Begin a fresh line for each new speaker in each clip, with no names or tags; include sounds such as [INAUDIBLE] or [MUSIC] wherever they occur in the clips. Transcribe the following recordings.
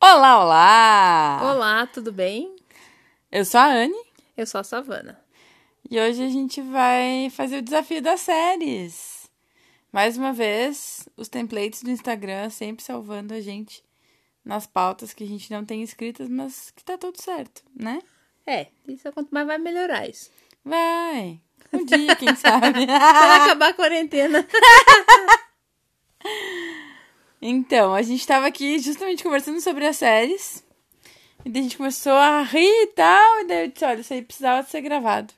Olá, olá!
Olá, tudo bem?
Eu sou a Anne
Eu sou a Savana.
e hoje a gente vai fazer o desafio das séries. Mais uma vez, os templates do Instagram sempre salvando a gente nas pautas que a gente não tem escritas, mas que tá tudo certo, né?
É, isso é quanto mais vai melhorar isso.
Vai! Um dia, quem sabe?
Quando acabar a quarentena.
Então, a gente tava aqui justamente conversando sobre as séries. E daí a gente começou a rir e tal. E daí eu disse, olha, isso aí precisava ser gravado.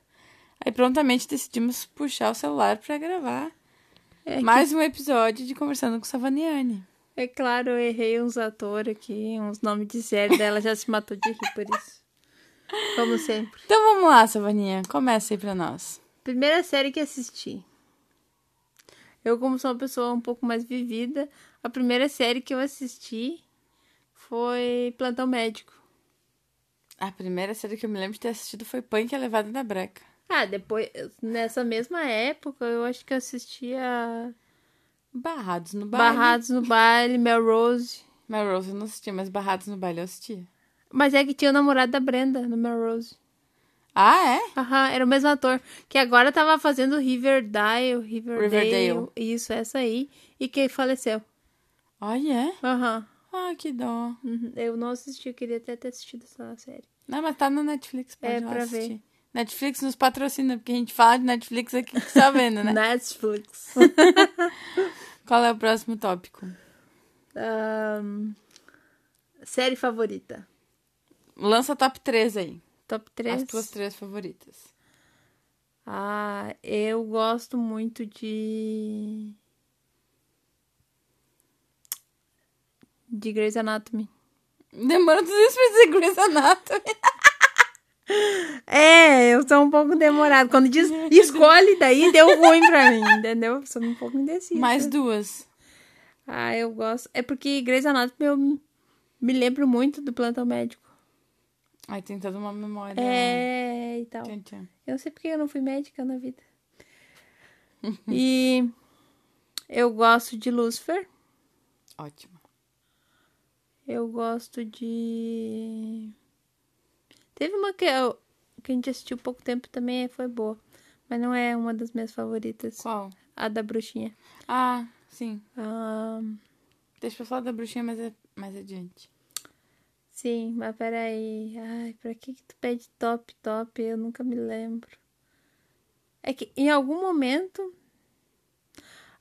Aí prontamente decidimos puxar o celular pra gravar
É, que-
mais um episódio de Conversando com Savaniane.
é claro, eu errei uns atores aqui, uns nomes de série dela, já se matou de rir por isso. Como sempre.
Então vamos lá, Savaninha. Começa aí pra nós.
Primeira série que assisti. Eu, como sou uma pessoa um pouco mais vivida, a primeira série que eu assisti foi Plantão Médico.
A primeira série que eu me lembro de ter assistido foi Punk a Levada da Breca.
Ah, depois, nessa mesma época, eu acho que eu assistia
Barrados no baile.
Barrados no Baile, Melrose.
Melrose eu não assistia, mas Barrados no baile eu assistia.
Mas é que tinha o namorado da Brenda no Melrose.
Ah, é?
Aham, era o mesmo ator. Que agora tava fazendo Riverdale, Riverdale.
Riverdale.
Isso, essa aí. E que faleceu.
Olha, é?
Aham.
Ah, que dó.
Uhum. Eu não assisti, eu queria até ter assistido essa série.
Não, mas tá no Netflix, pode
É,
ir lá
pra ver.
assistir. Netflix nos patrocina, porque a gente fala de Netflix aqui só vendo,
[LAUGHS]
né? [LAUGHS]
Netflix.
Qual é o próximo tópico?
Ahn, série favorita.
Lança top 3 aí.
Top
As
3.
tuas três favoritas.
Ah, eu gosto muito de. De Grey's Anatomy.
Demorou tudo isso pra dizer Grey's Anatomy.
É, eu sou um pouco demorada. Quando diz escolhe, daí deu ruim pra mim, entendeu? Eu Sou um pouco indecisa.
Mais duas.
Ah, eu gosto. É porque Grey's Anatomy eu me lembro muito do plantão médico.
Ai, tem toda uma memória. né?
É, e tal.
Tchan, tchan.
Eu não sei porque eu não fui médica na vida. E eu gosto de Lucifer.
Ótimo.
Eu gosto de. Teve uma que, eu, que a gente assistiu pouco tempo também, foi boa. Mas não é uma das minhas favoritas.
Qual?
A da bruxinha.
Ah, sim.
Ah,
Deixa eu falar da bruxinha mais, a- mais adiante.
sim, mas peraí. Ai, pra que que tu pede top, top? Eu nunca me lembro. É que em algum momento...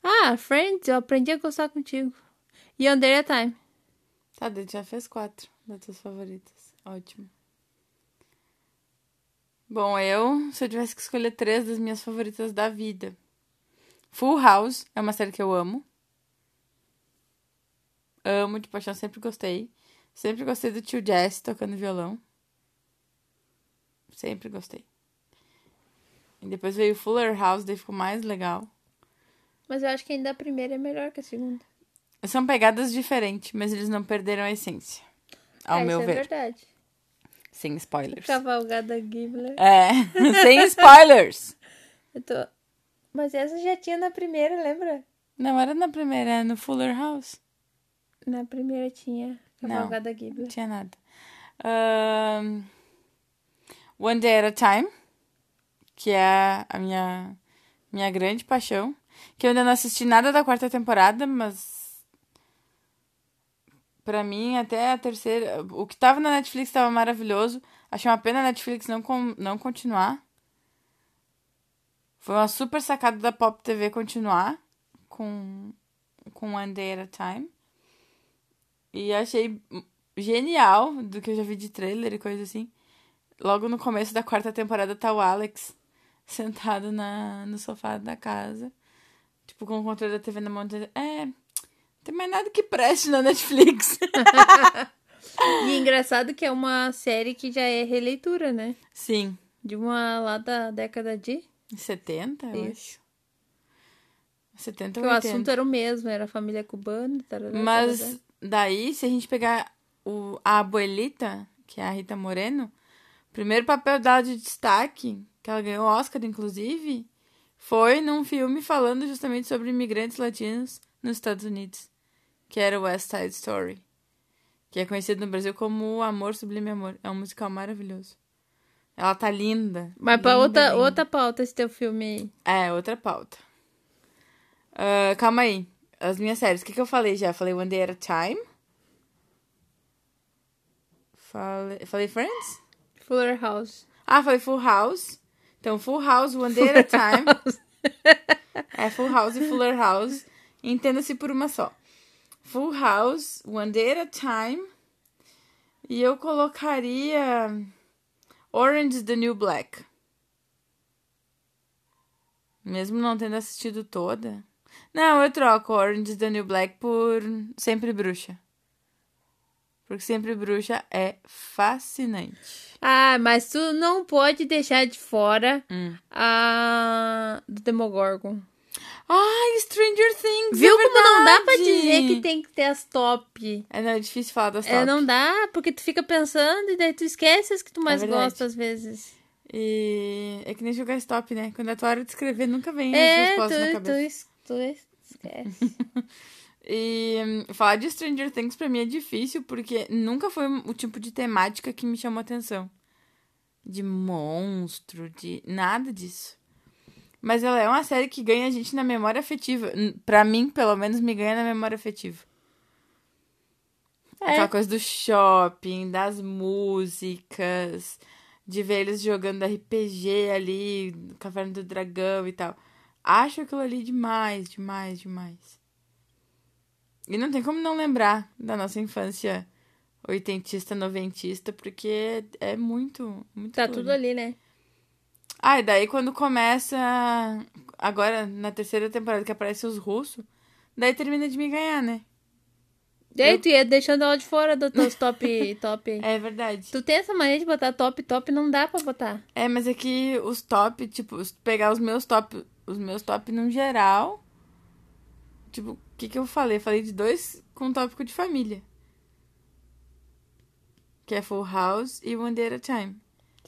Ah, Friends, eu aprendi a gostar contigo. E Under the Time.
Tá, daí tu já fez quatro das tuas favoritas. Ótimo. Bom, eu, se eu tivesse que escolher três das minhas favoritas da vida. Full House é uma série que eu amo. Amo, de paixão, sempre gostei. Sempre gostei do tio Jesse tocando violão. Sempre gostei. E depois veio Fuller House, daí ficou mais legal.
Mas eu acho que ainda a primeira é melhor que a segunda.
São pegadas diferentes, mas eles não perderam a essência. Ao
é,
meu
isso
ver.
é verdade. Então,
Sem spoilers.
Cavalgada Gibbler.
É, [LAUGHS] sem spoilers.
Eu tô... Mas essa já tinha na primeira, lembra?
Não era na primeira, era no Fuller House.
Na primeira tinha
Não.
Cavalgada
Não
Gibbler.
tinha nada. Ahn, One Day at a Time, que é a minha, minha grande paixão. Que eu ainda não assisti nada da quarta temporada, mas. Pra mim, até a terceira. O que tava na Netflix tava maravilhoso. Achei uma pena a Netflix não, com, não continuar. Foi uma super sacada da Pop TV continuar com, com One Day at a Time. E achei genial do que eu já vi de trailer e coisa assim. Logo no começo da quarta temporada tá o Alex [LAUGHS] sentado na, no sofá da casa. Tipo, com o controle da TV na mão. dizendo, É, tem mais nada que preste na Netflix. [LAUGHS]
E engraçado que é uma série que já é releitura, né?
Sim,
De uma lá da década de.
70, eu acho. 70
Que
ou
o
80.
assunto era o mesmo, era a família cubana. tarará, tarará.
Mas daí, se a gente pegar o, a abuelita, que é a Rita Moreno, o primeiro papel dela de destaque, que ela ganhou o Oscar, inclusive, foi num filme falando justamente sobre imigrantes latinos nos Estados Unidos, que era o West Side Story. que é conhecido no Brasil como Amor Sublime Amor. É um musical maravilhoso. Ela tá linda.
Mas pra
linda,
outra,
linda.
outra pauta esse teu filme aí.
É, outra pauta. Ah, calma aí. As minhas séries. O que, que eu falei já? Falei One Day at a Time. Falei, falei Friends?
Fuller House.
Ah, falei Full House. Então, Full House, One Day at a Time. É Full House e Fuller House. Entenda-se por uma só. Full House, One Day at a Time. E eu colocaria Orange is the New Black. Mesmo não tendo assistido toda. Não, eu troco Orange is the New Black por Sempre Bruxa. Porque Sempre Bruxa é fascinante.
Ah, mas tu não pode deixar de fora
Hum.
a do Demogorgon.
Ai, Stranger Things!
Viu
é
como não dá pra
verdade!
dizer que tem que ter as top?
É, não, é difícil falar das
É,
top.
não dá, porque tu fica pensando e daí tu esquece as que tu mais
É verdade.
gosta às vezes.
E é que nem jogar stop, né? Quando é a tua hora de escrever, nunca vem as
É,
respostas na
tu, tu,
cabeça.
es- tu esquece.
[LAUGHS] E hum, falar de Stranger Things pra mim é difícil, porque nunca foi o tipo de temática que me chamou atenção. De monstro, de nada disso. Mas ela é uma série que ganha a gente na memória afetiva. N- Pra mim, pelo menos, me ganha na memória afetiva.
É.
Aquela coisa do shopping, das músicas, de ver eles jogando RPG ali, Caverna do Dragão e tal. Acho aquilo ali demais, demais, demais. E não tem como não lembrar da nossa infância oitentista, noventista, porque é muito, muito
Tá
tudo
tudo ali, né?
ah, e daí quando começa. Agora, na terceira temporada que aparece os russos, daí termina de me ganhar, né?
E aí
Eu-
tu ia deixando ela de fora dos teus top,
[LAUGHS]
top.
É verdade.
Tu tem essa mania de botar top, top, não dá pra botar.
É, mas é que os top, tipo, se tu pegar os meus top, os meus top no geral. Tipo, o que que eu falei? Falei de dois com um tópico de família. Que é Full House e One Day at a Time.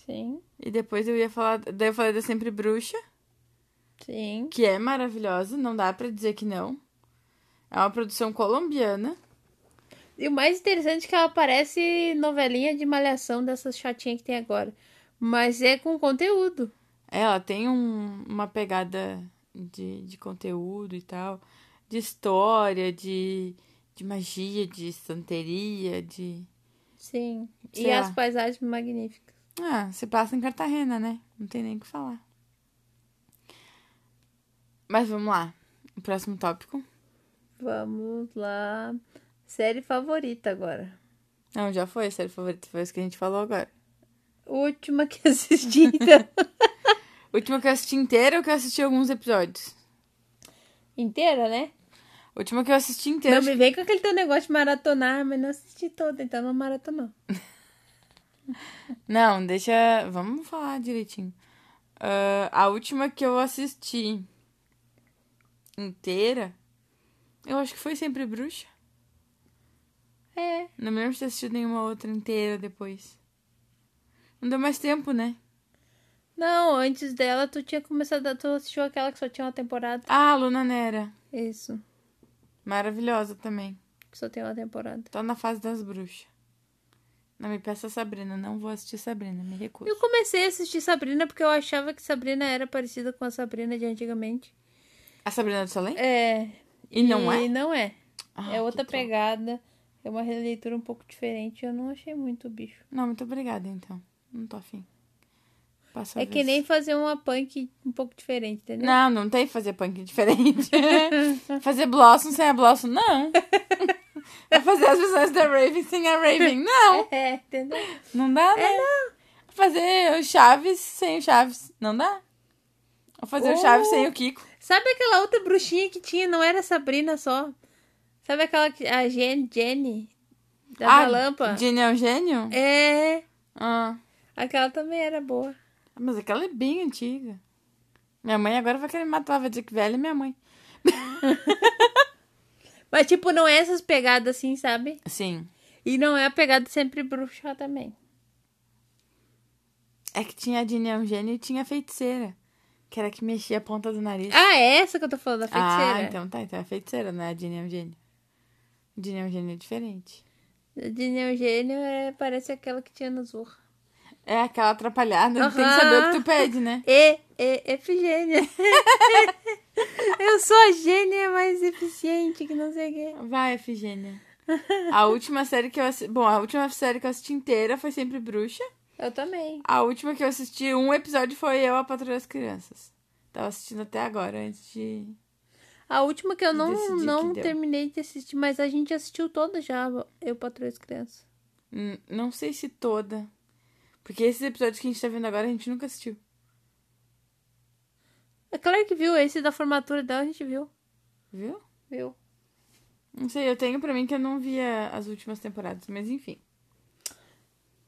Sim,
E depois eu ia falar. Daí eu falei da Sempre Bruxa.
sim.
que é maravilhosa, não dá pra dizer que não. É uma produção colombiana.
E o mais interessante é que ela parece novelinha de malhação dessas chatinhas que tem agora. Mas é com conteúdo.
Ela É, tem um- uma pegada de, de conteúdo e tal, de história, de, de magia, de santeria, de.
Sim.
Sei
e
lá.
as paisagens magníficas.
Ah, se passa em Cartagena, né? Não tem nem o que falar. Mas vamos lá. O próximo tópico.
Vamos lá. Série favorita agora.
Não, já foi, sério, favorito. Foi isso que a gente falou agora.
Última que [LAUGHS] assisti, então.
Última que eu assisti inteira ou que eu assisti alguns episódios?
Inteira, né?
Última que eu assisti inteira.
Não me vem com aquele teu negócio de maratonar, mas não assisti toda, então não maratonou.
Não, deixa. Vamos falar direitinho. Ah, a última que eu assisti inteira, eu acho que foi Sempre Bruxa.
É.
Não me lembro de ter assistido nenhuma outra inteira depois. Não deu mais tempo, né?
Não, antes dela tu tinha começado, a- tu assistiu aquela que só tinha uma temporada.
Ah, Luna Nera.
Isso,
Maravilhosa também.
que só tem uma temporada.
Tô na fase das bruxas. Não me peça Sabrina, não vou assistir Sabrina, me recuso.
Eu comecei a assistir Sabrina porque eu achava que Sabrina era parecida com a Sabrina de antigamente.
A Sabrina do Salém?
É.
E não é?
E não é.
Ah,
é
que
outra
droga.
pegada. É uma releitura um pouco diferente. Eu não achei muito o bicho.
Não, muito obrigada então. Não tô afim. Passa a
É que
vez.
nem fazer uma punk um pouco diferente, entendeu?
Não, não tem fazer punk diferente. fazer Blossom sem a Blossom, não. É fazer as visões da Raven sem a Raven, não.
[LAUGHS] É, entendeu?
Não dá, né? Fazer o Chaves sem o Chaves, não dá. Ou fazer o Chaves
Ou-
sem o Kiko.
Sabe aquela outra bruxinha que tinha? Não era Sabrina só. Sabe aquela que. A Jen, Jenny? Da Galampa?
Dini é um gênio?
É.
Ah,
Aquela também era boa.
mas aquela é bem antiga. Minha mãe agora vai querer matar, vai dizer que velha é minha mãe.
Mas, tipo, não é essas pegadas assim, sabe?
Sim.
E não é a pegada sempre bruxa também.
É que tinha a Dini é um gênio e tinha a feiticeira. Que era a que mexia a ponta do nariz.
Ah, é essa que eu tô falando, da feiticeira.
né? Ah, então tá. Então é feiticeira, não é a Ginny é um gênio. Ginny é um gênio diferente.
De Neogênio é, parece aquela que tinha no Zorra.
É aquela atrapalhada, tem que saber o que tu pede, né?
E, E, Efigênia. [LAUGHS] Eu sou a gênia mais eficiente que não sei o quê.
Vai, Efigênia. A última série que eu assisti. Bom, a última série que eu assisti inteira foi sempre Bruxa.
Eu também.
A última que eu assisti, um episódio foi eu, a Patrulha das Crianças. Tava assistindo até agora, antes de.
A última que eu não,
Decidi que
não
deu.
terminei de assistir, mas a gente assistiu toda já, eu patroa as crianças.
Hum, Não sei se toda. Porque esses episódios que a gente tá vendo agora, a gente nunca assistiu.
É claro que viu, esse da formatura dela a gente viu.
Viu?
Viu.
Não sei, eu tenho pra mim que eu não via as últimas temporadas, mas enfim.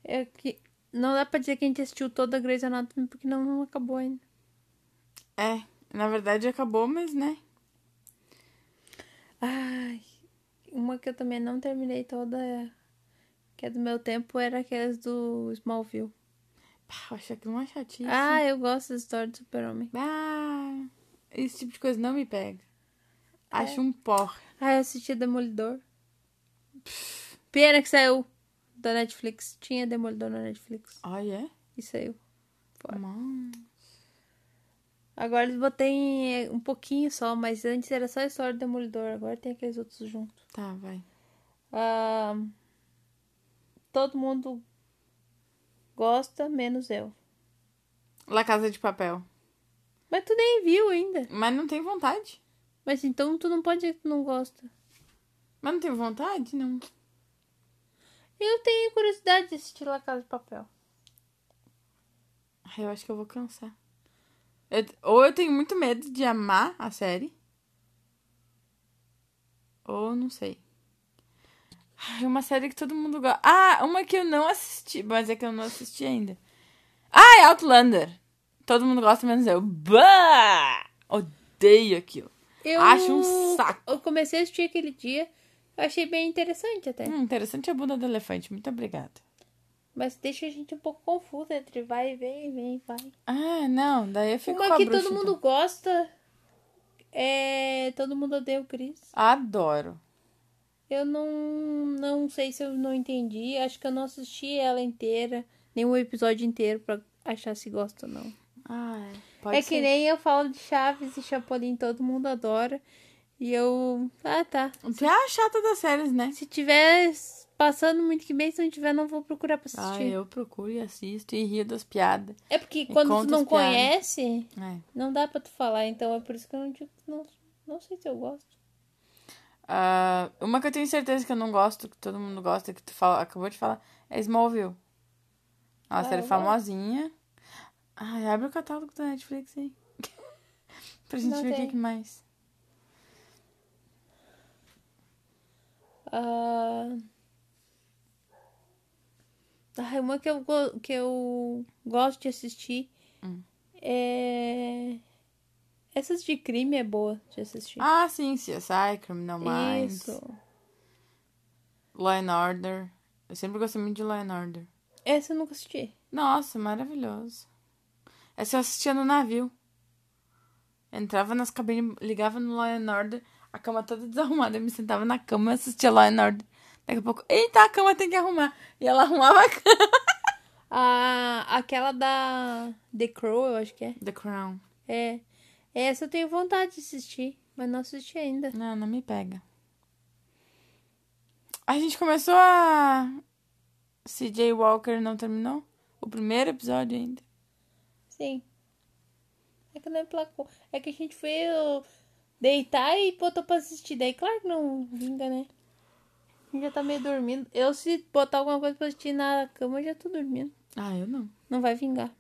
É que não dá pra dizer que a gente assistiu toda a Grey's Anatomy porque não, não acabou ainda.
É, na verdade acabou, mas né?
Ai, uma que eu também não terminei toda, é- que é do meu tempo, era aquelas do Smallville.
Pá, eu acho aquilo uma chatice.
Ah, eu gosto da história do super-homem.
Ah, esse tipo de coisa não me pega. Acho um porra.
Ah, eu assisti Demolidor. Pena que saiu da Netflix. Tinha Demolidor na Netflix.
Olha,
E saiu. Fora.
mano.
Agora eles botei em- um pouquinho só, mas antes era só a história do Demolidor. Agora tem aqueles outros juntos.
Tá, vai.
Ah, todo mundo gosta, menos eu.
La Casa de Papel.
Mas tu nem viu ainda.
Mas não tem vontade.
Mas então tu não pode dizer que tu não gosta.
Mas não tem vontade, não.
Eu tenho curiosidade de assistir La Casa de Papel.
Ai, eu acho que eu vou cansar. Eu- ou eu tenho muito medo de amar a série. Ou não sei. Ai, uma série que todo mundo gosta. Ah, uma que eu não assisti, mas é que eu não assisti ainda. Ah, é Outlander. Todo mundo gosta, menos eu. Bah! Odeio aquilo.
Eu
Acho um saco.
Eu comecei a assistir aquele dia. Eu achei bem interessante até.
Hum, interessante a bunda do elefante. Muito obrigada.
Mas deixa a gente um pouco confusa entre vai e vem, vem, vai.
Ah, não. Daí eu fico com
Uma
a
que
bruxa,
todo mundo
então.
gosta é. Todo mundo odeia o Chris.
Adoro.
Eu não, não sei se eu não entendi. Acho que eu não assisti ela inteira, nenhum episódio inteiro pra achar se gosta ou não.
Ah, é. Pode
é
ser.
que nem eu falo de Chaves e Chapolin, todo mundo adora. E eu. Ah, tá.
Tu é a chata das séries, né?
Se tiver passando muito que bem, se não tiver, não vou procurar pra
Ah,
assistir.
eu procuro e assisto e rio das piadas.
É porque quando tu
conta
não
as piadas.
conhece,
É.
não dá pra tu falar. Então é por isso que eu não digo. Não, não sei se eu gosto.
Ah, uma que eu tenho certeza que eu não gosto, que todo mundo gosta, que tu fala- acabou de falar, é Smallville. É uma
Ah,
série
eu
famosinha. Ai, abre o catálogo da Netflix aí. [LAUGHS] pra gente
Não
ver o que
tem.
que mais.
Ah, ah, uma que eu, go- que eu gosto de assistir
Hum.
é. Essas de crime é boa de assistir.
Ah, sim, CSI, Criminal Minds,
Isso.
Law and Order. Eu sempre gostei muito de Law and Order.
Essa eu nunca assisti.
Nossa, maravilhoso. Essa eu assistia no navio. Entrava nas cabines, ligava no Law and Order, a cama toda desarrumada. Eu me sentava na cama e assistia Law and Order. Daqui a pouco, eita, a cama tem que arrumar. E ela arrumava a cama.
Ah, aquela da The Crow, eu acho que é.
The Crown.
É. Essa eu tenho vontade de assistir, mas não assisti ainda.
Não, não me pega. A gente começou a. CJ Walker não terminou? O primeiro episódio ainda.
Sim. É que não emplacou. É que a gente foi eu, deitar e botou pra assistir. Daí, claro que não vinga, né? A gente já tá meio dormindo. Eu, se botar alguma coisa pra assistir na cama, eu já tô dormindo.
Ah, eu não.
Não vai vingar.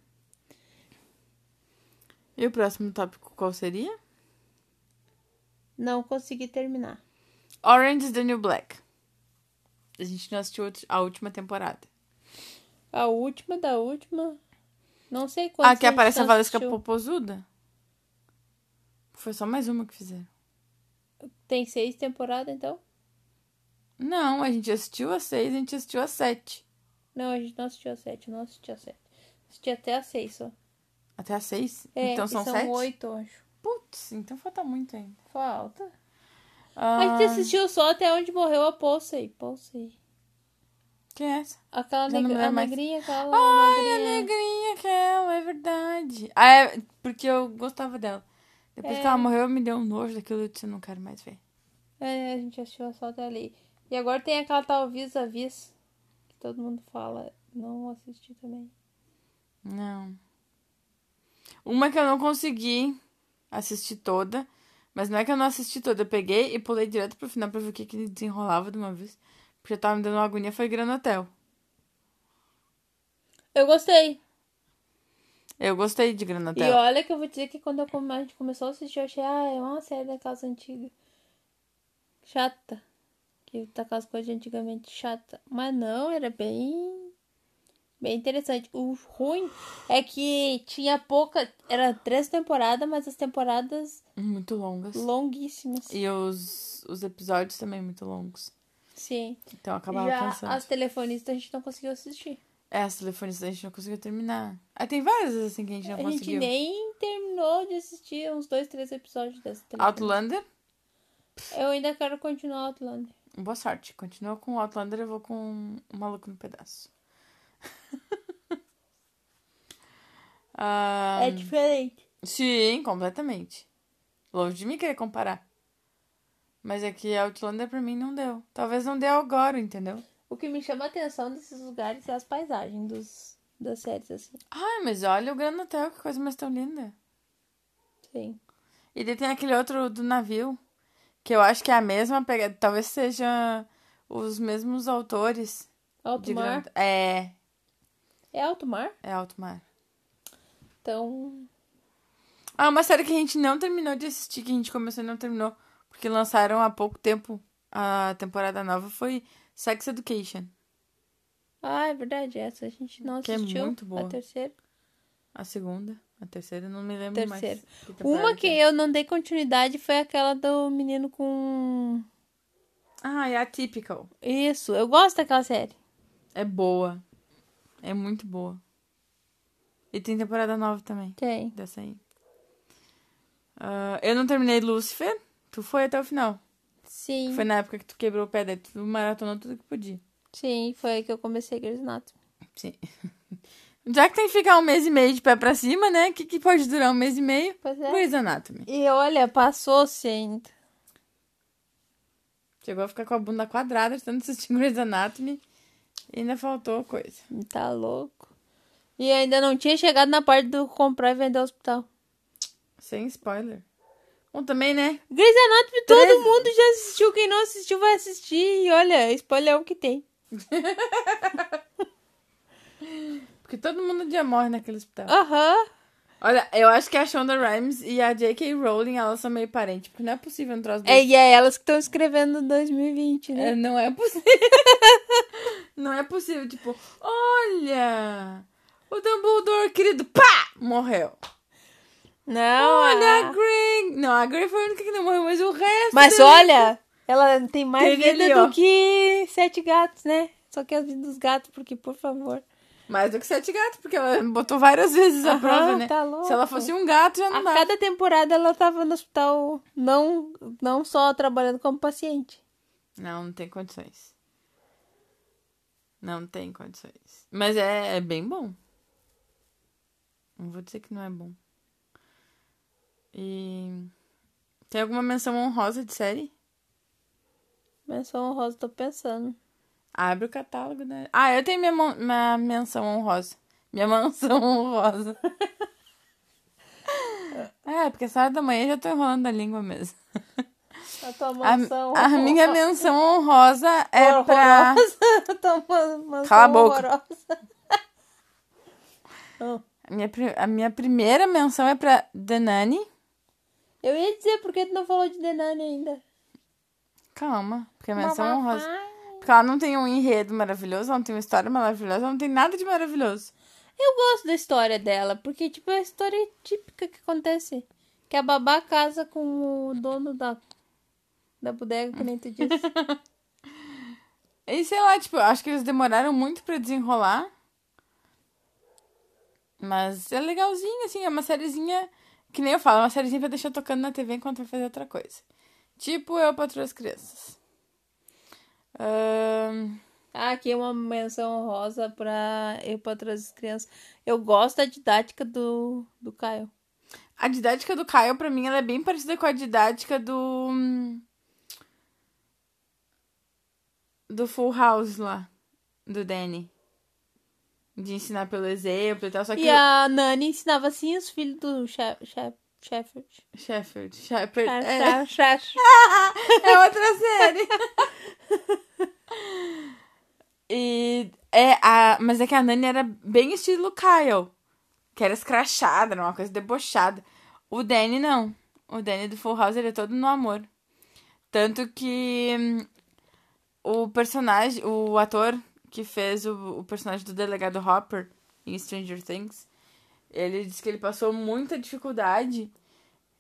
E o próximo tópico qual seria?
Não consegui terminar.
Orange is the New Black. A gente não assistiu outro- a última temporada.
A última da última. Não sei quantas.
Ah, que aparece a
gente não
Valesca
assistiu.
Popozuda? Foi só mais uma que fizeram.
Tem seis temporadas, então?
Não, a gente assistiu a seis, a gente assistiu a sete.
Não, a gente não assistiu a sete. Não assistiu a sete. Assisti até a seis só.
Até a seis?
É,
então
e
são, sete?
oito, acho.
Putz, então falta muito ainda.
Falta.
Ah,
A gente assistiu só até onde morreu a Posey. Posey.
Quem é essa?
Aquela
Já não me
negra, a
lembro mais.
negrinha, aquela
Ai, a
magrinha.
negrinha aquela, é verdade. Ah, é porque eu gostava dela. Depois
É.
que ela morreu, me deu um nojo daquilo eu disse, não quero mais ver.
É, a gente assistiu só até ali. E agora tem aquela tal vis a vis que todo mundo fala. Não assisti também.
Não. Uma que eu não consegui assistir toda, mas não é que eu não assisti toda, eu peguei e pulei direto pro final pra ver o que, que desenrolava de uma vez. Porque eu tava me dando uma agonia, foi Granotel.
Eu gostei.
Eu gostei de
E
Granotel.
olha que eu vou dizer que quando eu come- a gente começou a assistir, eu achei, ah, é uma série daquelas antigas. Chata. Que daquelas coisas de antigamente chata. Mas não, era bem. Bem interessante. O ruim é que tinha pouca. Era três temporadas, mas as temporadas
Muito longas.
longuíssimas.
E os, os episódios também muito longos.
Sim.
Então eu acabava
Já
cansando.
as telefonistas a gente não conseguiu assistir.
É, as telefonistas a gente não conseguiu terminar. Ah, tem várias assim que a gente não
a gente
conseguiu.
nem terminou de assistir uns dois, três episódios dessa telefonista.
Outlander,
Eu ainda quero continuar Outlander.
boa sorte. Continua com Outlander, eu vou com o maluco no pedaço. [LAUGHS] Ah,
É diferente.
Sim, completamente. Longe de mim querer comparar. Mas é que Outlander pra mim não deu. Talvez não dê agora, entendeu?
O que me chama a atenção desses lugares é as paisagens dos, das séries, assim.
Ai, mas olha o Gran Hotel, que coisa mais tão linda.
Sim.
E daí tem aquele outro do navio, que eu acho que é a mesma pegada. Talvez seja os mesmos autores.
Alto
de
mar.
Gran- É,
É alto mar?
é alto mar.
Então.
Ah, uma série que a gente não terminou de assistir, que a gente começou e não terminou, porque lançaram há pouco tempo a temporada nova, foi Sex Education.
Ah, é verdade, essa a gente não
Que é
assistiu.
muito boa.
A terceira.
A segunda, a terceira, eu não me lembro mais.
Terceira.
que temporada
Uma que
é.
eu não dei continuidade foi aquela do menino com.
Ah, é Atypical.
Isso, eu gosto daquela série.
É boa. É muito boa. E tem temporada nova também,
Tem.
dessa aí. Ah, eu não terminei Lucifer. Tu foi até o final.
Sim.
Foi na época que tu quebrou o pé, daí tu maratonou tudo que podia.
Sim, foi aí que eu comecei Grey's Anatomy.
Sim. Já que tem que ficar um mês e meio de pé pra cima, né? O que, que pode durar um mês e meio?
Pois é.
Grey's Anatomy.
E olha, passou-se ainda.
Chegou a ficar com a bunda quadrada, de tanto assistir Grey's Anatomy. E ainda faltou coisa.
Tá louco. E ainda não tinha chegado na parte do comprar e vender o hospital.
Sem spoiler. Bom, também, né?
Grey's Anatomy, todo
Treze.
mundo já assistiu. Quem não assistiu vai assistir. E olha, spoiler é o que tem.
Porque todo mundo um dia morre naquele hospital.
Aham.
Uhum. Olha, eu acho que a Shonda Rhimes e a J.K. Rowling, elas são meio parentes. Porque não é possível um troço
É,
desse.
e é elas que estão escrevendo em 2020, né?
É, não é possível. [LAUGHS] não é possível. Tipo, olha... O Dumbledore, querido, pá! Morreu.
Não.
Olha a
ah.
Grey! Não, a Grey foi a única que não morreu, mas o resto.
Mas olha, ela tem mais
Teve
vida
ali, ó.
do que sete gatos, né? Só que a vida dos gatos, porque, por favor.
Mais do que sete gatos, porque ela [LAUGHS] botou várias vezes a
Aham,
prova, né?
tá louco.
Se ela fosse um gato, já
A
não dá.
cada temporada ela tava no hospital, não, não só trabalhando como paciente.
Não, não tem condições. Não tem condições. Mas é, é bem bom. Não vou dizer que não é bom. E. Tem alguma menção honrosa de série?
Menção honrosa, um tô pensando.
Abre o catálogo da. Ah, eu tenho minha, mon- minha menção honrosa. Minha [LAUGHS] mansão honrosa. [LAUGHS] é, porque essa hora da manhã eu já tô enrolando a língua mesmo.
A tua
A,
mansão. [LAUGHS]
a minha menção honrosa é
horrorosa.
pra.
Tá [LAUGHS] Tua ma- mansão
Cala a boca. [LAUGHS]
horrorosa. Ah,
A minha, pri- a minha primeira menção é pra The Nanny.
Eu ia dizer por que tu não falou de Denani ainda.
É, Calma, porque a menção é honrosa. Porque ela não tem um enredo maravilhoso, ela não tem uma história maravilhosa, ela não tem nada de maravilhoso.
Eu gosto da história dela, porque tipo, é a história típica que acontece. Que a babá casa com o dono da, da bodega, que nem tu
[LAUGHS]
disse.
E sei lá, tipo, eu acho que eles demoraram muito pra desenrolar. Mas é legalzinho, assim, é uma sériezinha. Que nem eu falo, é uma sériezinha pra deixar tocando na TV enquanto vai fazer outra coisa. Tipo, eu patrulho as crianças. Ahn,
Ah, aqui uma menção honrosa para eu para as crianças. Eu gosto da didática do, do Caio.
A didática do Caio, pra mim, ela é bem parecida com a didática do. hum, Do Full House lá. Do Danny. De ensinar pelo exemplo e tal. Só que.
E a Nani ensinava assim os filhos do Shef- Shef- Shepard.
Sheffield. Shepherd.
Ah,
É,
Shef- Shef-
é outra série. e. É, a... Mas é que a Nani era bem estilo Kyle. Que era escrachada, era uma coisa debochada. O Danny não. O Danny do Full House ele é todo no amor. Tanto que hum, o personagem, o ator que fez o, o personagem do delegado Hopper em Stranger Things, ele disse que ele passou muita dificuldade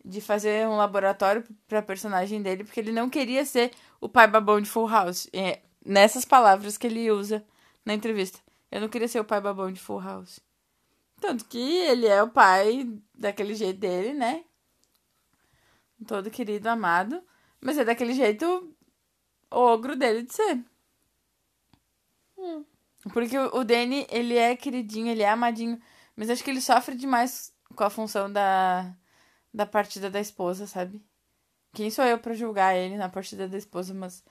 de fazer um laboratório pra personagem dele, porque ele não queria ser o pai babão de Full House. É nessas palavras que ele usa na entrevista. Eu não queria ser o pai babão de Full House. Tanto que ele é o pai daquele jeito dele, né? Todo querido, amado. Mas é daquele jeito ogro dele de ser.
Hum.
Porque o o Danny, ele é queridinho, ele é amadinho. Mas acho que ele sofre demais com a função da, da partida da esposa, sabe? Quem sou eu pra julgar ele na partida da esposa, mas...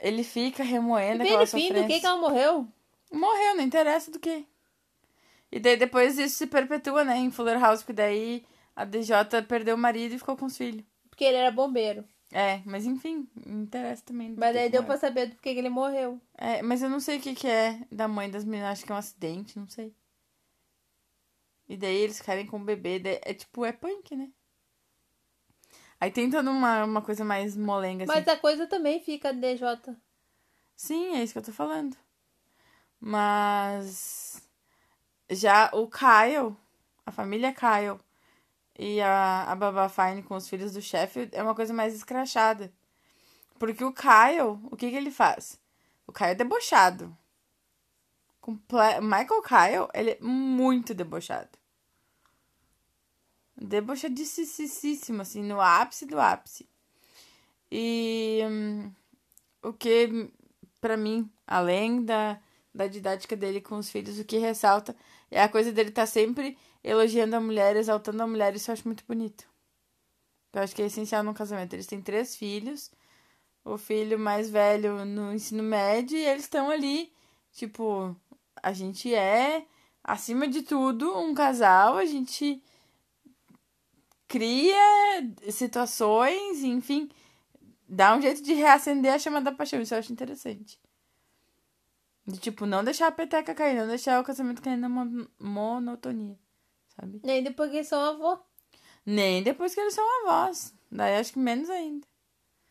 Ele fica remoendo
Bem
aquela
no fim,
sofrência.
do que é um que ela morreu?
Morreu, não interessa do que. E daí depois isso se perpetua, né, em Fuller House, porque daí a DJ perdeu o marido e ficou com os filhos.
Porque ele era bombeiro.
É, mas enfim, não interessa também. do
Mas
que
daí
que
deu pra
morreu.
saber do que que ele morreu.
É, mas eu não sei o que que é da mãe das meninas, acho que é um acidente, não sei. E daí eles ficarem com o bebê, daí- é tipo, é punk, né? Aí tem toda uma, uma coisa mais molenga, assim.
Mas a coisa também fica DJ.
Sim, é isso que eu tô falando. Mas já o Kyle, a família Kyle e a, a Baba Fine com os filhos do chefe é uma coisa mais escrachada. Porque o Kyle, o que que ele faz? O Kyle é debochado. Comple Michael Kyle, ele é muito debochado. Debochadíssimo, assim, no ápice do ápice. E hum, o que Pra mim, além da, da didática dele com os filhos, o que ressalta é a coisa dele estar sempre elogiando a mulher, exaltando a mulher, isso eu acho muito bonito. Eu acho que é essencial num casamento. Eles têm três filhos, o filho mais velho no ensino médio, e eles estão ali, tipo, a gente é, acima de tudo, um casal, a gente cria situações, enfim, dá um jeito de reacender a chama da paixão. Isso eu acho interessante. De, tipo, não deixar a peteca cair, não deixar o casamento cair na mon- monotonia, sabe?
E aí depois que eles são avô.
Nem depois que eles são avós. Daí acho que menos ainda.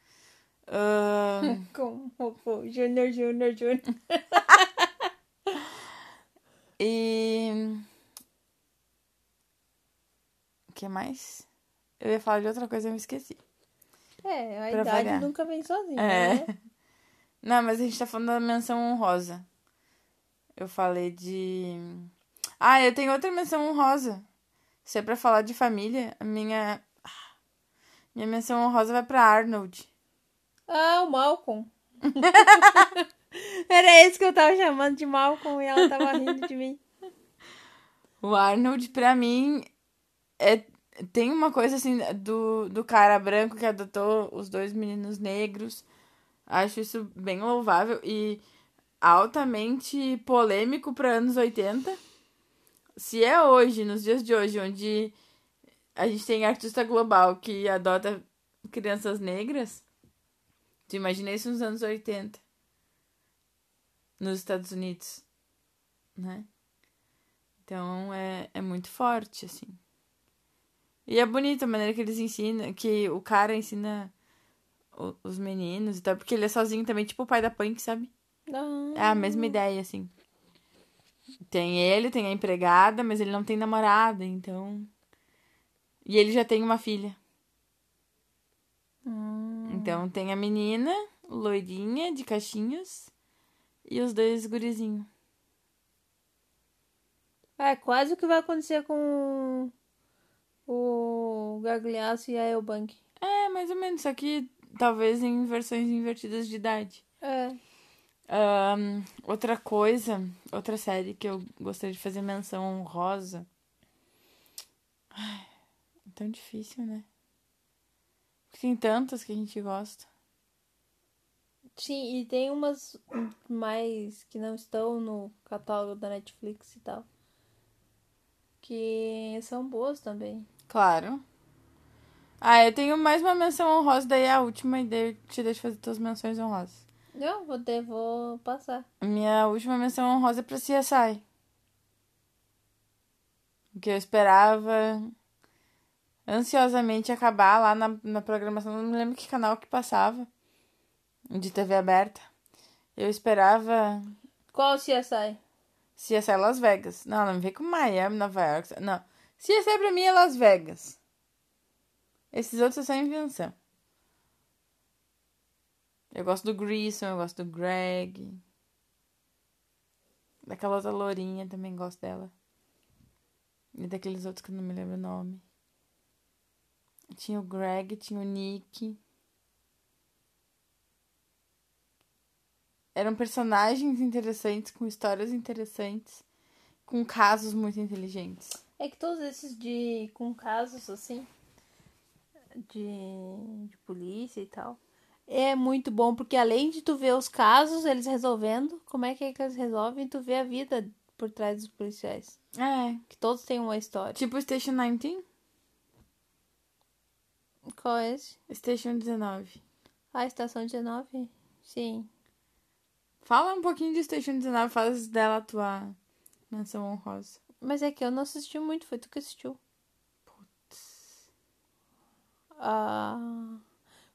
[LAUGHS]
Ahn,
[LAUGHS] Como um avô. Júnior, Júnior, Júnior.
e. O que mais? Eu ia falar de outra coisa, eu me esqueci.
É, a
Pra
idade
variar.
nunca vem sozinha,
É.
né?
Não, mas a gente tá falando da menção honrosa. Eu falei de. Ah, eu tenho outra menção honrosa. Se é pra falar de família, a minha. Ah, Minha menção honrosa vai pra Arnold.
Ah, o Malcolm. [LAUGHS] Era esse que eu tava chamando de Malcolm e ela tava rindo de mim.
O Arnold, pra mim, é, tem uma coisa assim do, do cara branco que adotou os dois meninos negros. Acho isso bem louvável e altamente polêmico para anos 80. Se é hoje, nos dias de hoje, onde a gente tem artista global que adota crianças negras, tu imagina isso nos anos 80 nos Estados Unidos, né? Então é, é muito forte, assim. E é bonita a maneira que eles ensinam, que o cara ensina o- os meninos e tal, porque ele é sozinho também, tipo o pai da Punk, sabe?
Não.
É a mesma ideia, assim. Tem ele, tem a empregada, mas ele não tem namorada, então. E ele já tem uma filha. Então tem a menina, loirinha, de caixinhos, e os dois gurizinhos.
É quase o que vai acontecer com o Gagliasso e a Elbank.
É, mais ou menos, só que talvez em versões invertidas de idade.
É.
Ahn, outra coisa, outra série que eu gostaria de fazer menção honrosa. Ai, é tão difícil, né? Porque tem tantas que a gente gosta.
Sim, e tem umas mais que não estão no catálogo da Netflix e tal. Que são boas também.
Claro. Ah, eu tenho mais uma menção honrosa, daí é a última, e daí eu te deixo fazer tuas menções honrosas.
Eu vou, ter, vou passar.
A Minha última menção honrosa é pra CSI. O que eu esperava ansiosamente acabar lá na, na programação. Não me lembro que canal que passava. De TV aberta. Eu esperava
Qual CSI?
CSI é Las Vegas. Não, não me vem com Miami, Nova York. Não. CSI pra mim é Las Vegas. Esses outros é só invenção. Eu gosto do Grissom, eu gosto do Greg. Daquela outra lourinha também gosto dela. E daqueles outros que eu não me lembro o nome. Tinha o Greg, tinha o Nick. Eram personagens interessantes, com histórias interessantes, com casos muito inteligentes.
É que todos esses de. com casos assim. De, de polícia e tal. É muito bom, porque além de tu ver os casos, eles resolvendo, como é que, é que eles resolvem, tu vê a vida por trás dos policiais.
É.
Que todos têm uma história.
Tipo Station 19?
Qual é esse?
Station 19.
A estação 19? Sim.
Fala um pouquinho de Station 19, faz dela a tua menção honrosa.
Mas é que eu não assisti muito, foi tu que assistiu. Ah,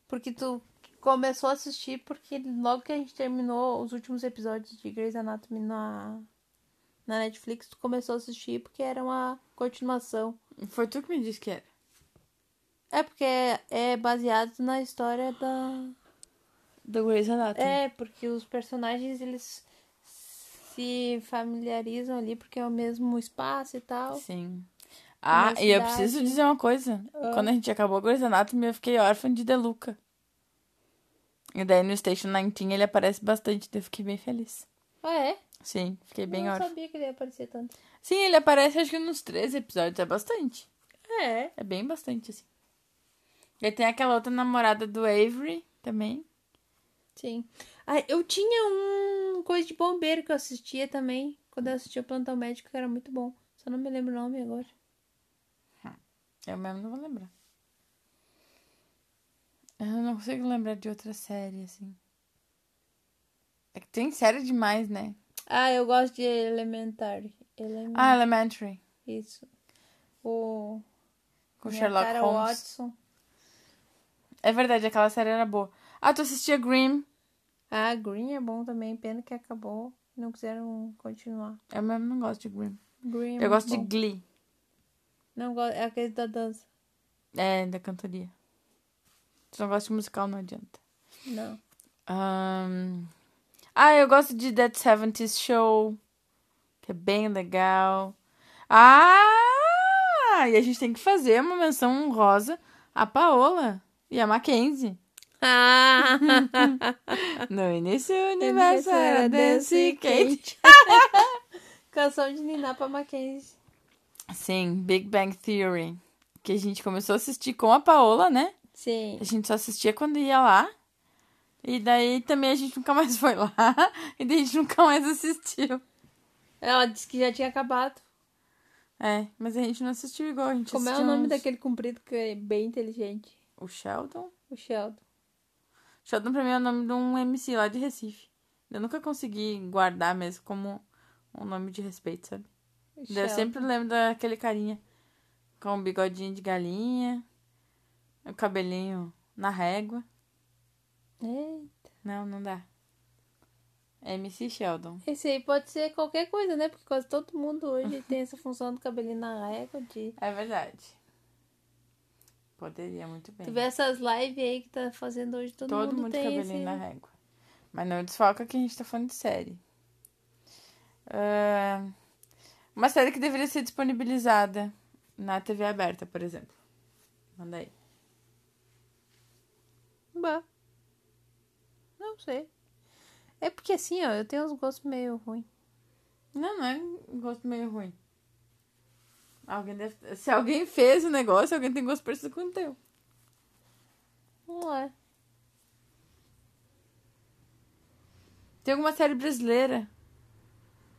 porque tu começou a assistir porque logo que a gente terminou os últimos episódios de Grey's Anatomy na, na Netflix, tu começou a assistir porque era uma continuação.
Foi tu que me disse que era.
É porque é, é baseado na história da.
Do Grey's Anatomy.
É, porque os personagens eles se familiarizam ali porque é o mesmo espaço e tal.
Sim.
Na
Ah, e eu
cidade. Ah.
preciso dizer uma coisa. Quando a gente acabou Grey's Anatomy, eu fiquei órfã de Deluca. E daí no Station 19 ele aparece bastante, daí eu fiquei bem feliz.
Ah, é?
Sim, fiquei
Eu
bem
não
órfã.
sabia que ele ia aparecer tanto.
Sim, ele aparece acho que nos três episódios, é bastante.
É.
É bem bastante, assim. E tem aquela outra namorada do Avery também.
Sim. Ah, eu tinha um coisa de bombeiro que eu assistia também. Quando eu assistia o Plantão Médico, que era muito bom. Só não me lembro o nome agora.
Eu mesmo não vou lembrar. Eu não consigo lembrar de outra série, assim. É que tem série demais, né?
Ah, eu gosto de Elementar. Elemen-
Ah, Elementary.
Isso. O.
Com
minha
Sherlock
cara
Holmes.
Watson.
É verdade, aquela série era boa. Ah, tu assistia Grimm.
Ah, Green é bom também. Pena que acabou. Não quiseram continuar.
Eu mesmo não gosto de Grimm.
Green é
eu
muito
gosto
bom.
de Glee.
Não gosto. É aquele da dança.
É, da cantoria. Se não gosta de musical, não adianta.
Não.
Ahn, Ah, eu gosto de Dead 70s Show. Que é bem legal. Ah! E a gente tem que fazer uma menção honrosa a Paola e a Mackenzie.
Ah!
No início o universo
Universo
era
era
dance
dance
Kate.
[LAUGHS] Canção de Niná pra Mackenzie.
Sim, Big Bang Theory. Que a gente começou a assistir com a Paola, né?
Sim.
A gente só assistia quando ia lá. E daí também a gente nunca mais [LAUGHS] foi lá. E daí a gente nunca mais assistiu.
Ela disse que já tinha acabado.
É, mas a gente não assistiu igual. A gente
Como é o
assistiu
nome
uns-
daquele comprido que é bem inteligente?
O Sheldon?
O Sheldon.
Sheldon pra mim é o nome de um MC lá de Recife. Eu nunca consegui guardar mesmo como um nome de respeito, sabe?
O
Daí Eu
Sheldon.
sempre lembro daquele carinha com um bigodinho de galinha, o cabelinho na régua. né?
É.
Não, não dá. MC Sheldon.
Esse aí pode ser qualquer coisa, né? Porque quase todo mundo hoje tem essa função do cabelinho na régua. De...
É verdade. Poderia muito bem.
Tu vê essas lives aí que tá fazendo hoje, todo,
Todo
mundo,
mundo de
tem
cabelinho
esse...
na régua. Mas não desfoca que a gente tá falando de série. Ah, uma série que deveria ser disponibilizada na TV aberta, por exemplo. Manda aí.
Bah. Não sei. É porque assim, ó, eu tenho uns gostos meio ruins.
Não, não é um gosto meio ruim. Alguém deve- Se alguém fez o negócio, alguém tem gosto parecido com o teu.
Não é.
Tem alguma série brasileira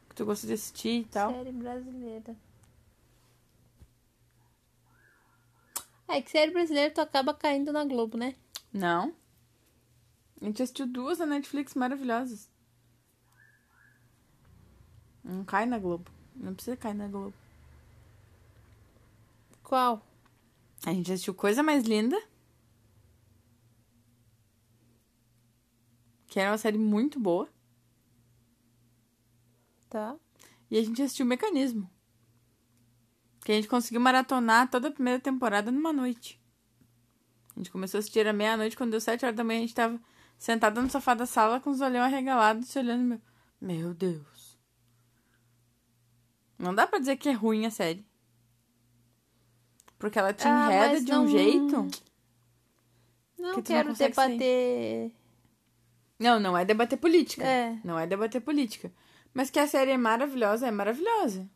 que tu gosta de assistir e tal?
Série brasileira. É que série brasileira tu acaba caindo na Globo, né?
Não. A gente assistiu duas na Netflix maravilhosas. Não cai na Globo. Não precisa cair na Globo.
Qual?
A gente assistiu Coisa Mais Linda. Que era uma série muito boa.
Tá.
E a gente assistiu Mecanismo. Que a gente conseguiu maratonar toda a primeira temporada numa noite. A gente começou a assistir à meia-noite, quando deu sete horas da manhã, a gente tava sentada no sofá da sala com os olhão arregalados, se olhando meu. Meu Deus. Não dá pra dizer que é ruim a série. Porque ela te
Ah,
enreda
mas
de um
não-
jeito.
Não
Que tu não
quero
consegue sair.
debater.
Não, não é debater política.
É.
Não é debater política. Mas que a série é maravilhosa, é maravilhosa.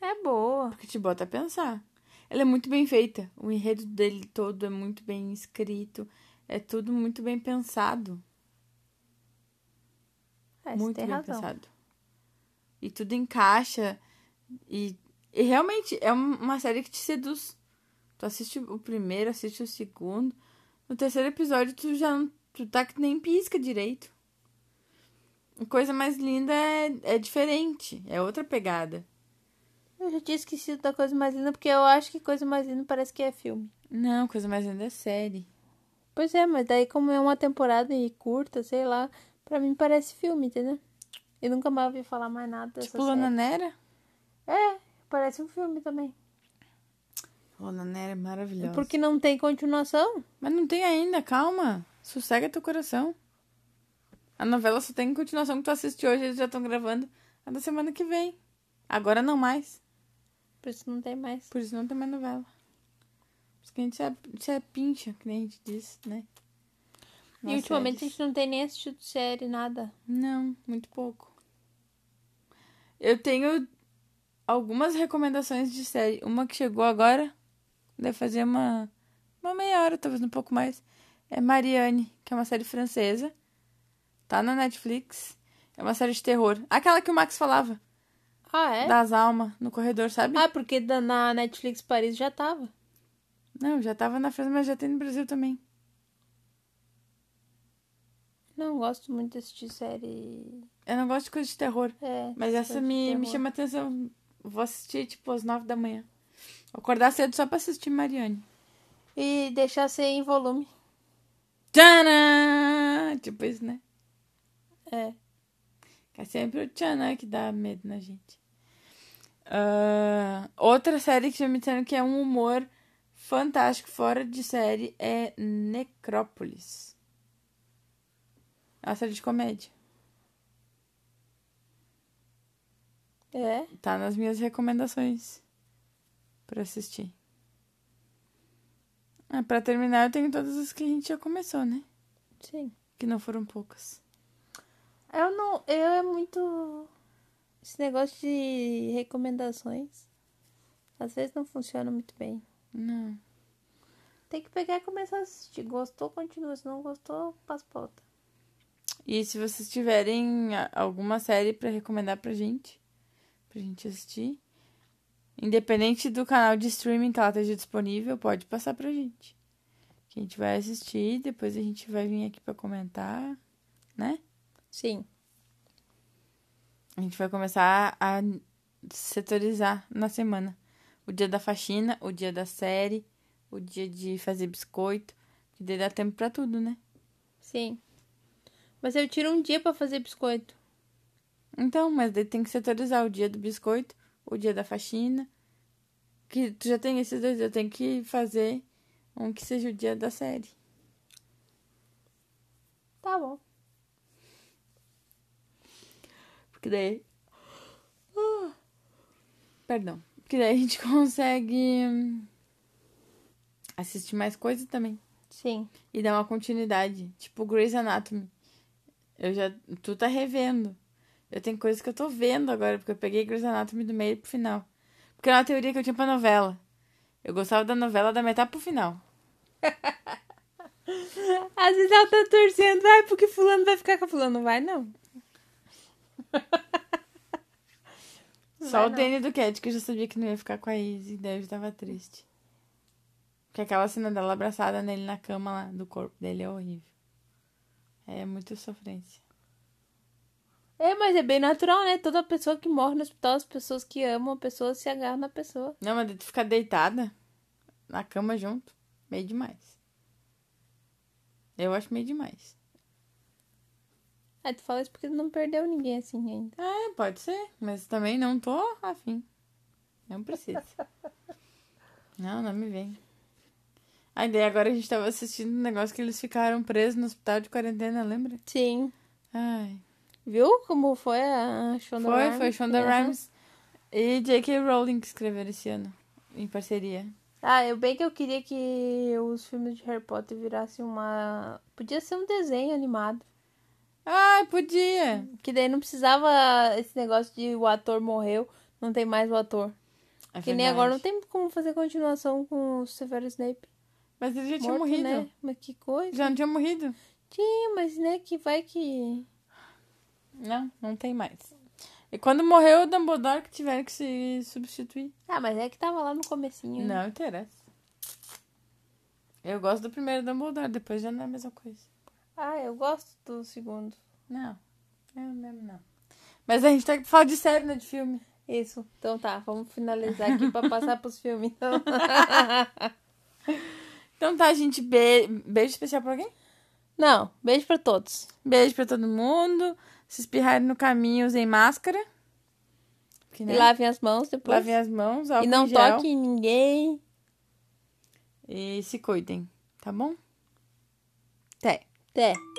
É boa.
Porque te bota a pensar. Ela é muito bem feita. O enredo dele todo é muito bem escrito. É tudo muito bem pensado.
É,
muito
você tem
bem
razão.
pensado. E tudo encaixa. E, e realmente é um- uma série que te seduz. Tu assiste o primeiro, assiste o segundo. No terceiro episódio, tu já não, tu tá que nem pisca direito. A coisa mais linda é, é diferente. É outra pegada.
Eu já tinha esquecido da coisa mais linda, porque eu acho que coisa mais linda parece que é filme.
Não, coisa mais linda é série.
Pois é, mas daí como é uma temporada e curta, sei lá, pra mim parece filme, entendeu? E nunca mais ouvi falar mais nada dessa
Tipo Lona
série.
Nera?
É, parece um filme também.
Lona Nera é maravilhosa.
Porque não tem continuação.
Mas não tem ainda, calma. Sossega teu coração. A novela só tem continuação que tu assiste hoje, eles já estão gravando a da semana que vem. Agora não mais.
Por isso não tem mais.
Por isso não tem mais novela. Por isso que a gente se, ap- se apincha, que nem a gente diz, né?
e
Nas
ultimamente a
séries.
gente não tem nem assistido série, nada.
Não, muito pouco. Eu tenho algumas recomendações de série. Uma que chegou agora, deve fazer uma, uma meia hora, talvez um pouco mais. É Marianne, que é uma série francesa. Tá na Netflix. É uma série de terror. Aquela que o Max falava,
Ah, é?
das almas no corredor, sabe?
Ah, porque da- na Netflix Paris já tava.
Não, já tava na França, mas já tem no Brasil também.
Não gosto muito de assistir série.
Eu não gosto de coisa de terror.
É,
Mas essa
série de
me, me
terror.
chama atenção. Vou assistir, tipo, às nove da manhã. Vou acordar cedo só pra assistir Marianne.
E deixar ser em volume.
Tchanã! Tipo isso, né?
É.
É sempre o tchanã que dá medo na gente. Ah, outra série que já me disseram que é um humor fantástico, fora de série, é Necrópolis. É uma série de comédia.
É.
Tá nas minhas recomendações pra assistir. Ah, pra terminar, eu tenho todas as que a gente já começou, né?
Sim.
Que não foram poucas.
Eu não. Eu é muito. Esse negócio de recomendações. Às vezes não funciona muito bem.
Não.
Tem que pegar e começar a assistir. Gostou, continua. Se não gostou, passa pra outra.
E se vocês tiverem a- alguma série pra recomendar pra gente, pra gente assistir, independente do canal de streaming que ela esteja disponível, pode passar pra gente. Que a gente vai assistir, depois a gente vai vir aqui pra comentar, né?
Sim.
A gente vai começar a setorizar na semana. O dia da faxina, o dia da série, o dia de fazer biscoito, que daí dá tempo pra tudo, né?
Sim. Mas eu tiro um dia pra fazer biscoito.
Então, mas daí tem que setorizar o dia do biscoito, o dia da faxina. Que tu já tem esses dois, eu tenho que fazer um que seja o dia da série.
Tá bom.
Porque daí. Ah. Perdão. Porque daí a gente [LAUGHS] consegue hum, assistir mais coisas também.
Sim.
E dar uma continuidade. Tipo Grey's Anatomy. Eu já. Tu tá revendo. Eu tenho coisas que eu tô vendo agora, porque eu peguei Grey's Anatomy do meio pro final. Porque era uma teoria que eu tinha pra novela. Eu gostava da novela da metade pro final.
Às vezes ela tá torcendo, ai, porque fulano vai ficar com a fulano. Não vai, não.
Só
Vai
o
não.
Danny do Cat, que eu já sabia que não ia ficar com a Izzy, daí eu já tava triste. Porque aquela cena dela abraçada nele na cama lá, do corpo dele, é horrível. É muita sofrência.
É, mas é bem natural, né? Toda pessoa que morre no hospital, as pessoas que amam a pessoa se agarram na pessoa.
Não, mas de ficar deitada na cama junto, meio demais. Eu acho meio demais.
Aí Ah, tu fala isso porque tu não perdeu ninguém assim ainda.
É, pode ser, mas também não tô afim. Não precisa. Não, não me vem. A ideia agora a gente tava assistindo um negócio que eles ficaram presos no hospital de quarentena, lembra?
Sim.
Ai.
Viu como foi a Shonda
Foi,
Rhimes?
foi Shonda
Aham.
Rhimes e J.K. Rowling que escreveram esse ano, em parceria.
Ah, eu bem que eu queria que os filmes de Harry Potter virassem uma... Podia ser um desenho animado.
Ai, podia!
Que daí não precisava esse negócio de o ator morreu, não tem mais o ator.
É
que nem agora não
verdade.
tem como fazer continuação com o Severo Snape
Mas ele já tinha
morto,
morrido.
né? Mas que coisa.
Já não tinha morrido?
Tinha, mas né, que vai que...
Não, não tem mais. E quando morreu o Dumbledore que tiveram que se substituir?
Ah, mas é que tava lá no comecinho. né?
Não interessa. Eu gosto do primeiro Dumbledore, depois já não é a mesma coisa.
Ah, eu gosto do segundo.
Não, eu mesmo não. Mas a gente tá que falar de série, né, de filme.
Isso. Então tá, vamos
[LAUGHS]
finalizar aqui pra passar pros filmes. Então.
Então tá, gente, be- beijo especial pra alguém?
Não, beijo pra todos.
Beijo pra todo mundo. Se espirrarem no caminho, usem máscara. Que, né?
E lavem as mãos depois.
Lavem as mãos, álcool
e não
em gel.
toque em ninguém.
E se cuidem, tá bom? Até.
Até.